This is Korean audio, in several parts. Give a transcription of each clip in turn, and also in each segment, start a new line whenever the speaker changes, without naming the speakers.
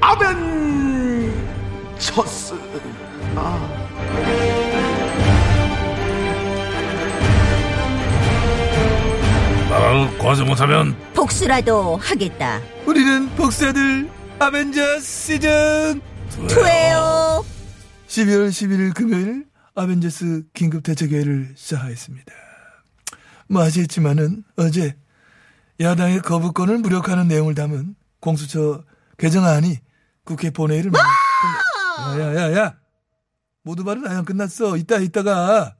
아벤처스.
나라를 구하지 못하면
복수라도 하겠다.
우리는 복사들 아벤져스 시즌
투에요.
12월 11일 금요일 아벤져스 긴급 대책회의를 시작하였습니다. 뭐 아시겠지만은 어제 야당의 거부권을 무력화하는 내용을 담은 공수처 개정안이 국회 본회의를 마- 야야야야 모두 발은 아직 안 끝났어 이따 이따가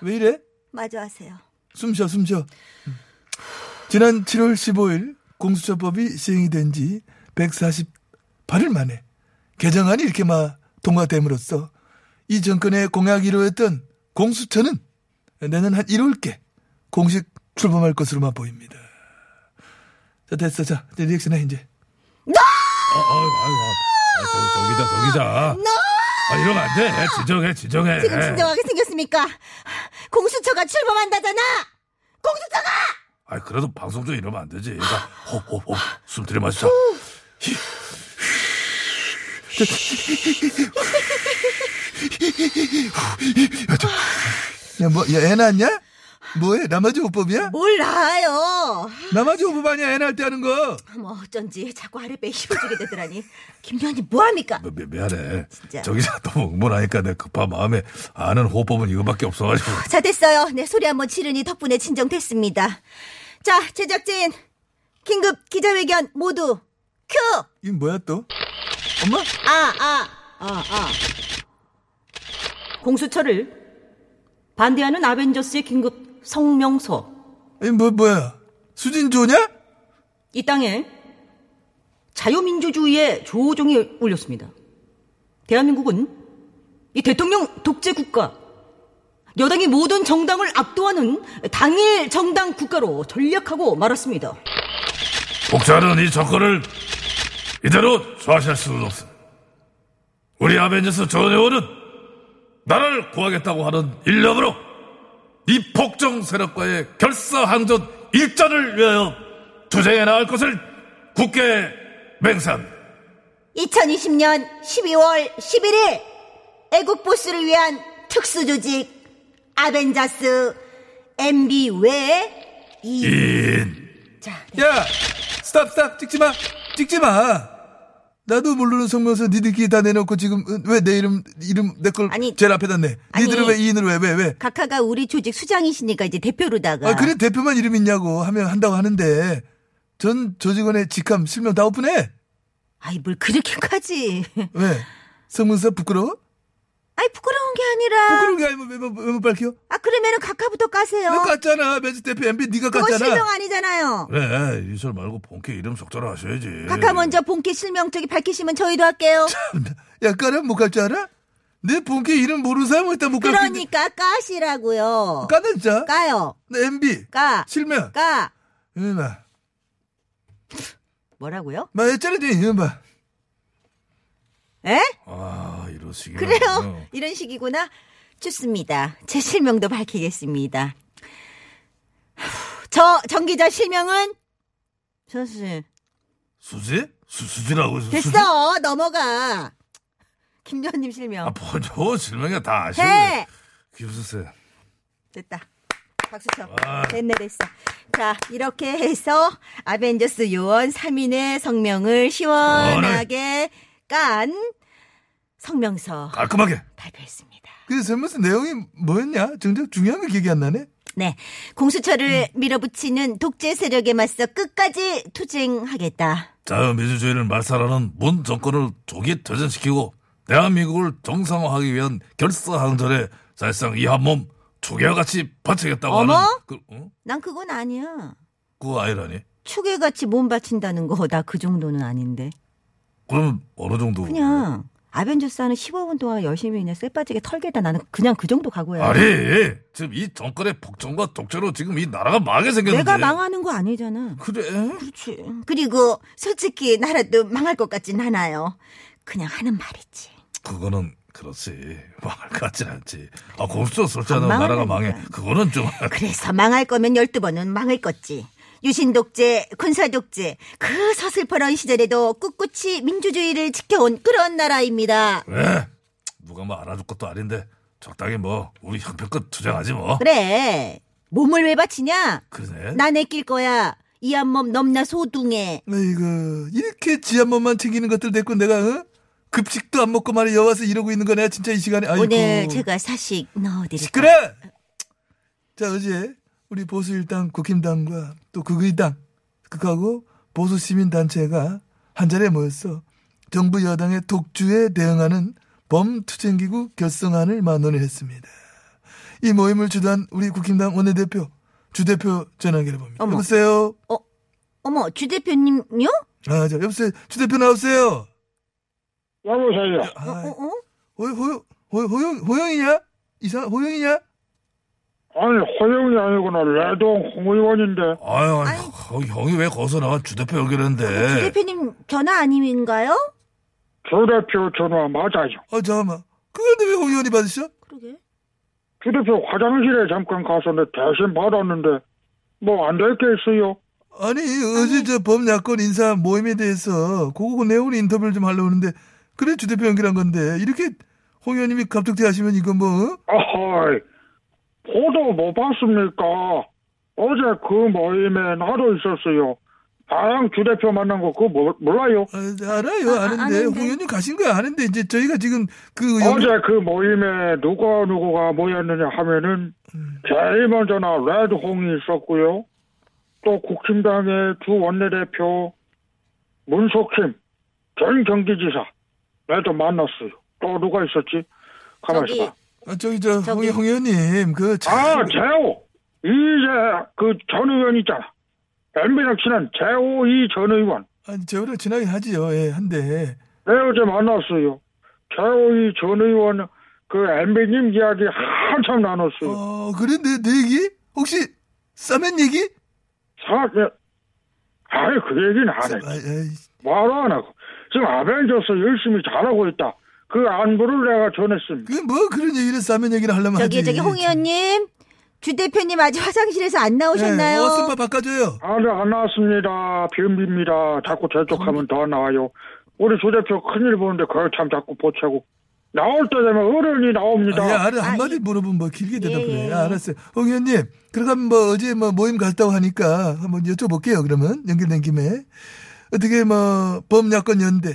왜 이래?
마주하세요.
숨 쉬어, 숨 쉬어. 음. 지난 7월 15일 공수처법이 시행이 된 지 148일 만에 개정안이 이렇게 막 통과됨으로써 이 정권의 공약 1호였던 공수처는 내년 한 1월께 공식 출범할 것으로만 보입니다. 자, 됐어. 자, 이제 리액션해, 이제.
어, 어, 아유, 아유, 아, 저, 저기다 저기다 아, 이러면 안돼 지정해 지정해
지금 진정하게 생겼습니까? 공수처가 출범한다잖아. 공수처가
아 그래도 방송 중에 이러면 안 되지 그러니까 호호호 숨 들이마시자
야, 뭐, 야, 애 낳았냐? 뭐해? 나머지 오법이야?
몰라요.
나머지 오법 아니야, 애 낳을 때 하는 거.
뭐 어쩐지 자꾸 아랫배에 힘을 주게 되더라니. 김연이 뭐합니까?
미, 미, 미안해
진짜.
저기다 너무 응원하니까 내 급한 마음에 아는 호법은 이거밖에 없어가지고
자 됐어요. 내 소리 한번 지르니 덕분에 진정됐습니다. 자 제작진 긴급 기자회견 모두 큐.
이건 뭐야, 또? 엄마?
아, 아, 아, 아.
공수처를 반대하는 아벤져스의 긴급 성명서.
이 뭐, 뭐야? 수진조냐?
이 땅에 자유민주주의의 조종이 울렸습니다. 대한민국은 이 대통령 독재 국가, 여당이 모든 정당을 압도하는 당일 정당 국가로 전략하고 말았습니다.
독자는 이 정권을 이대로 좌시할 수는 없습니다 우리 아벤져스 전의원은 나라를 구하겠다고 하는 일념으로 이 폭정 세력과의 결사항전 일전을 위하여 투쟁해 나갈 것을 국회에 맹세합니다
2020년 12월 11일 애국 보스를 위한 특수조직 아벤자스 MB 외에 이
예.
인
자,
야, 스탑, 스탑, 찍지 마, 찍지 마. 나도 모르는 성명서 니들끼리 다 내놓고 지금 어, 왜 내 이름 이름 내 걸
아니,
제일 앞에다 내?
아니.
니들은 왜 이인을 왜 왜 왜?
각하가 우리 조직 수장이시니까 이제 대표로다가
아 그래 대표만 이름 있냐고 하면 한다고 하는데 전 조직원의 직함 실명 다 오픈해.
아이 뭘 그렇게까지
왜? 성명서 부끄러워?
아이 부끄러운 게 아니라
부끄러운 게 아니면 왜못 왜못 밝혀?
아 그러면은 각하부터 까세요
왜 깠잖아 면직 대표 MB 니가
그거 실명
깠잖아.
아니잖아요
그래 네, 이설 말고 본캐 이름 속자로 하셔야지
네.
각하 먼저 본캐 실명 저기 밝히시면 저희도 할게요
야 까라 못갈 줄 알아? 내 본캐 이름 모르는 사람은 일단 못 갈. 텐데.
그러니까 까시라고요.
까는 진짜.
까요.
나 MB
까.
실명.
까.
이놈아.
뭐라고요?
마 했잖아 이놈아.
에?
아 어. 이러시기
그래요. 이런 식이구나. 좋습니다. 제 실명도 밝히겠습니다. 저 정기자 실명은
선수,
수지? 수, 수지라고 수- 수지?
됐어. 넘어가. 김여원님 실명.
아 뭐죠 실명이 다 아시네
해.
김수세
됐다. 박수 쳐.
아.
됐네 됐어. 자 이렇게 해서 아벤져스 요원 3인의 성명을 시원하게 깐 성명서
깔끔하게
발표했습니다.
그 설문서 내용이 뭐였냐? 정작 중요한 게 기억이 안 나네.
네. 공수처를
음.
밀어붙이는 독재 세력에 맞서 끝까지 투쟁하겠다.
자유민주주의를 말살하는 문 정권을 조기 퇴진시키고 대한민국을 정상화하기 위한 결사항전에 사실상 이 한 몸 조개와 같이 바치겠다고
어머?
하는 그, 어?
난 그건 아니야.
그거 아니라니
축에 같이 몸 바친다는 거, 나 그 정도는 아닌데.
그럼 어느 정도?
그냥 아벤져스 하는 15분 동안 열심히 그냥 쇠 빠지게 털겠다 나는 그냥 그 정도 각오야.
아니 지금 이 정권의 폭정과 독재로 지금 이 나라가 망하게 생겼는데.
내가 망하는 거 아니잖아.
그래?
그렇지. 그리고 솔직히 나라도 망할 것 같진 않아요. 그냥 하는 말이지.
그거는 그렇지 망할 것 같진 않지. 아 공수처 설치하는
안
나라가
망하니까.
망해. 그거는 좀.
그래서 망할 거면 12번은 망을 껐지. 유신독재, 군사독재, 그 서슬퍼런 시절에도 꿋꿋이 민주주의를 지켜온 그런 나라입니다.
그래. 누가 뭐 알아줄 것도 아닌데 적당히 뭐 우리 형편껏 투쟁하지 뭐.
그래. 몸을 왜 바치냐?
그러네.
나 내낄 거야. 이 한몸 넘나 소둥해.
이거 이렇게 지 한 번만 챙기는 것들 됐고 내가 어? 급식도 안 먹고 말이야 와서 이러고 있는 거네 진짜 이 시간에 아이고
오늘 제가 사식 넣어드릴게요.
시끄러 자 어제 우리 보수 일당 국힘당과 또 극의당 극하고 보수 시민단체가 한 자리에 모였어 정부 여당의 독주에 대응하는 범투쟁기구 결성안을 만원했습니다 이 모임을 주도한 우리 국힘당 원내대표 주대표 전화 연결해봅니다
어머.
여보세요
어머, 주 대표님요?
아, 저, 여보세요. 주대표 나오세요.
여보세요.
어,
아,
어, 어?
호, 호, 호, 호영, 호영이냐? 이상, 호영이냐?
아니 허영이 아니구나 레동 홍 의원인데
아유, 아유, 형, 형이 왜 거기서 나와 주대표
네.
주
연결했는데?
대표님 전화 아님인가요?
주 대표 전화 맞아요.
아, 잠깐만. 그런데 왜 홍의원이 받으셔?
그러게.
주 대표 화장실에 잠깐 가서 내 대신 받았는데 뭐 안 될 게 있어요.
아니, 어제 저 범야권 인사 모임에 대해서 그거 내용으로 인터뷰를 좀 하려고 하는데, 그래, 주대표 연결한 건데, 이렇게 홍의원님이 갑툭튀 하시면 이건 뭐, 어?
아하이 보도 못 봤습니까? 어제 그 모임에 나도 있었어요. 아양 주 대표 만난 거 그거 몰- 몰라요?
아, 알아요,
아,
아는데,
아는데.
홍의원님 가신 거야, 아는데, 이제 저희가 지금 그,
어제 그 모임에 누가 누구가 모였느냐 하면은 제일 먼저 나 레드홍이 있었고요. 또 국힘당의 두 원내대표 문석킴 전 경기지사 나도 만났어요. 또 누가 있었지? 가만
저기,
있어봐.
아, 저기, 저, 홍의, 홍의원님, 그, 참-
아 재호 이제 그 전 의원 있잖아. MB랑 친한 재호 이 전 의원.
아니, 저랑 친하긴 하지요, 예, 한데.
내 어제 만났어요. 재호 이 전 의원 그 MB님 이야기 한참 나눴어요.
어, 그래, 내, 내 얘기? 혹시, 싸맨 얘기?
네.
사학년 아니 그 얘기는 안
아,
해.
아이,
말안 하고 지금 아벤져스 열심히 잘하고 있다. 그 안부를 내가 전했습니다.
그게 뭐 그런 얘기를 싸면 얘기를 하려면
저기,
하지.
저기, 홍 의원님. 주 대표님 아직 화장실에서 안
예, 어,
나오셨나요?
쓴바 바꿔줘요.
아니 안 나왔습니다. 변비입니다. 자꾸 재촉하면 더 나와요. 우리 조 대표 큰일 보는데 그걸 참 자꾸 보채고 나올 때 되면 어른이 나옵니다.
아, 예, 알아.
아,
한마디
이-
물어보면 뭐 길게 대답해.
예, 예.
아, 알았어요. 홍 의원님, 그러면 뭐 어제 뭐 모임 갔다고 하니까 한번 여쭤볼게요, 그러면. 연결된 김에. 어떻게 뭐 범야권 연대,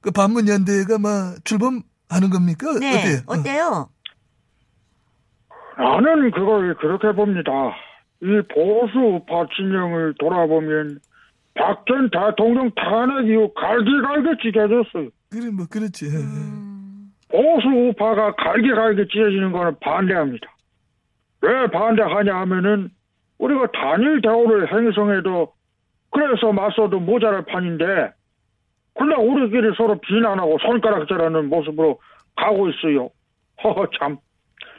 그 반문 연대가 뭐 출범하는 겁니까?
네.
어때요? 어.
어때요?
나는 그걸 그렇게 봅니다. 이 보수 우파 진영을 돌아보면 박 전 대통령 탄핵 이후 갈기갈기 찢어졌어요.
그래, 뭐 그렇지. 예, 예.
보수 우파가 갈기갈기 찢어지는 거는 반대합니다. 왜 반대하냐 하면은 우리가 단일 대우를 행성해도 그래서 맞서도 모자랄 판인데 근데 우리끼리 서로 비난하고 손가락질하는 모습으로 가고 있어요. 허허 참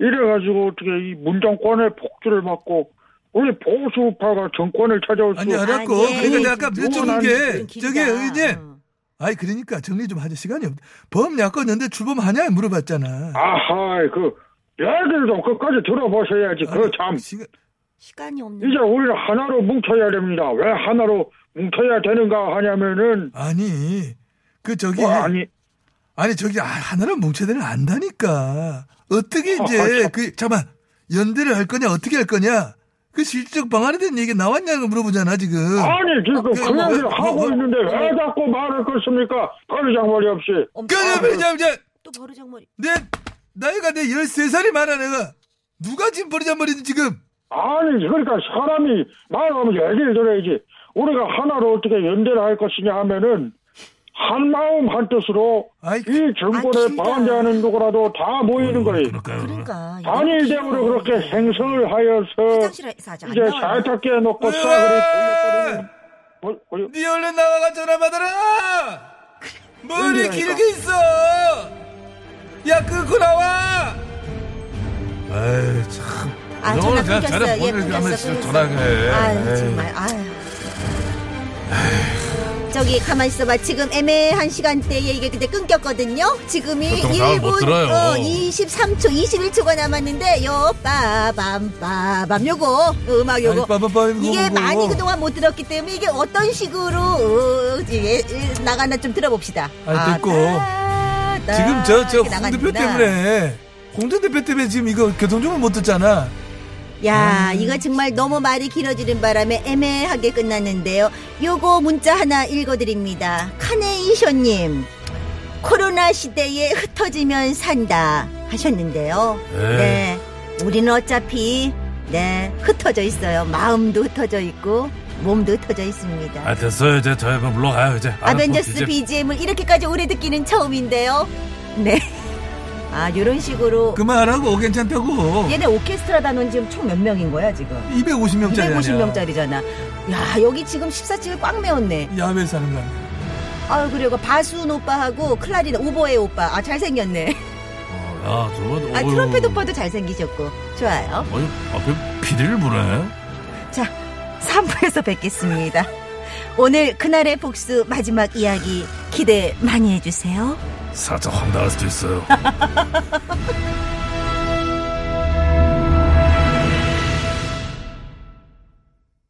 이래가지고 어떻게 이 문정권의 복주를 맞고 우리 보수 우파가 정권을 찾아올 수
아니, 알았고.
아니,
그러니까 내가 아까
그건
여쭤본
아니,
게,
길다.
저기 의원님.
어.
아니, 그러니까 정리 좀 하자. 시간이 없다. 범야권 연대 출범하냐? 물어봤잖아.
아하 그 얘기를 좀 끝까지 들어보셔야지 그참
시간-
시간이 없네.
이제 우리는 하나로 뭉쳐야 됩니다. 왜 하나로 뭉쳐야 되는가 하냐면은
아니, 그 저기.
뭐 아니
아니 저기 아, 하나로 뭉쳐야 되는 안다니까 어떻게 이제
아, 참.
그 잠깐 연대를 할 거냐 어떻게 할 거냐 그 실질적 방안에 대한 얘기 나왔냐고 그 물어보잖아 지금
아니 지금 그
뭐,
얘기를
뭐,
하고
뭐,
있는데 왜 자꾸 말을 끊습니까? 거리장머리 없이 아,
그러면 이제
또 버르장머리.
그러니까 내 나이가 내 13살이 많아 내가 누가 지금 버리잔머리지 지금
아니 그러니까 사람이 말하면 얘기를 들어야지 우리가 하나로 어떻게 연대를 할 것이냐 하면은 한 마음 한 뜻으로
아이, 어,
이
아,
정권에
길다.
반대하는 누구라도 다 모이는 거예요.
음, 그러니까요.
그러니까.
단일 대우로 그렇게 행성을 하여서
화장실에서 아직 안
이제 잘
나와요.
닦게 해놓고
으아! 네
싸그리 돌려버리는 뭐, 뭐,
니 얼른 나와가 전화 받아라 머리 길게 있어. 야 끊고 나와.
에이 참.
아,
이런
전화
걸 그냥
끊겼어요.
자네
예,
보내고 하면
끊겼어, 끊겼어.
진짜 전화해.
아유,
에이.
정말, 아유. 저기, 가만 있어봐. 지금 애매한 시간대에 이게 근데 끊겼거든요? 지금이
교통사고
1분
못 들어요.
어, 23초, 21초가 남았는데, 요, 빠밤, 빠밤, 요거, 음악 요거.
아이, 빠밤빠밤
이게
요거.
많이 그동안 못 들었기 때문에 이게 어떤 식으로, 어, 이게 나가나 좀 들어봅시다.
아이, 됐고.
따, 따,
지금 저
이렇게
저홍 대표
나가는구나.
때문에 홍 전 대표 때문에 지금 이거 교통정보 못 듣잖아.
야,
음.
이거 정말 너무 말이 길어지는 바람에 애매하게 끝났는데요. 요거 문자 하나 읽어드립니다. 카네이션님, 코로나 시대에 흩어지면 산다 하셨는데요.
에이.
네, 우리는 어차피 네 흩어져 있어요. 마음도 흩어져 있고 몸도 흩어져 있습니다.
아 됐어요 이제 저희 그럼 물러가요 이제. 아,
아벤져스
이제
BGM을 이렇게까지 오래 듣기는 처음인데요. 네, 아 요런 식으로
그만하고 괜찮다고.
얘네 오케스트라 단원 지금 총 몇 명인 거야 지금?
250명짜리
250명짜리잖아. 야, 여기 지금 14층을 꽉 메웠네.
야외 사는 거 아니야.
아, 그리고 바순 오빠하고 클라린 오보에 오빠. 아, 잘생겼네.
어, 야 저거.
아, 트럼펫 오빠도 잘생기셨고. 좋아요.
어이 앞에 비리를 부네.
자, 3부에서 뵙겠습니다. 오늘 그날의 복수 마지막 이야기 기대 많이 해주세요.
살짝 황당할 수도 있어요.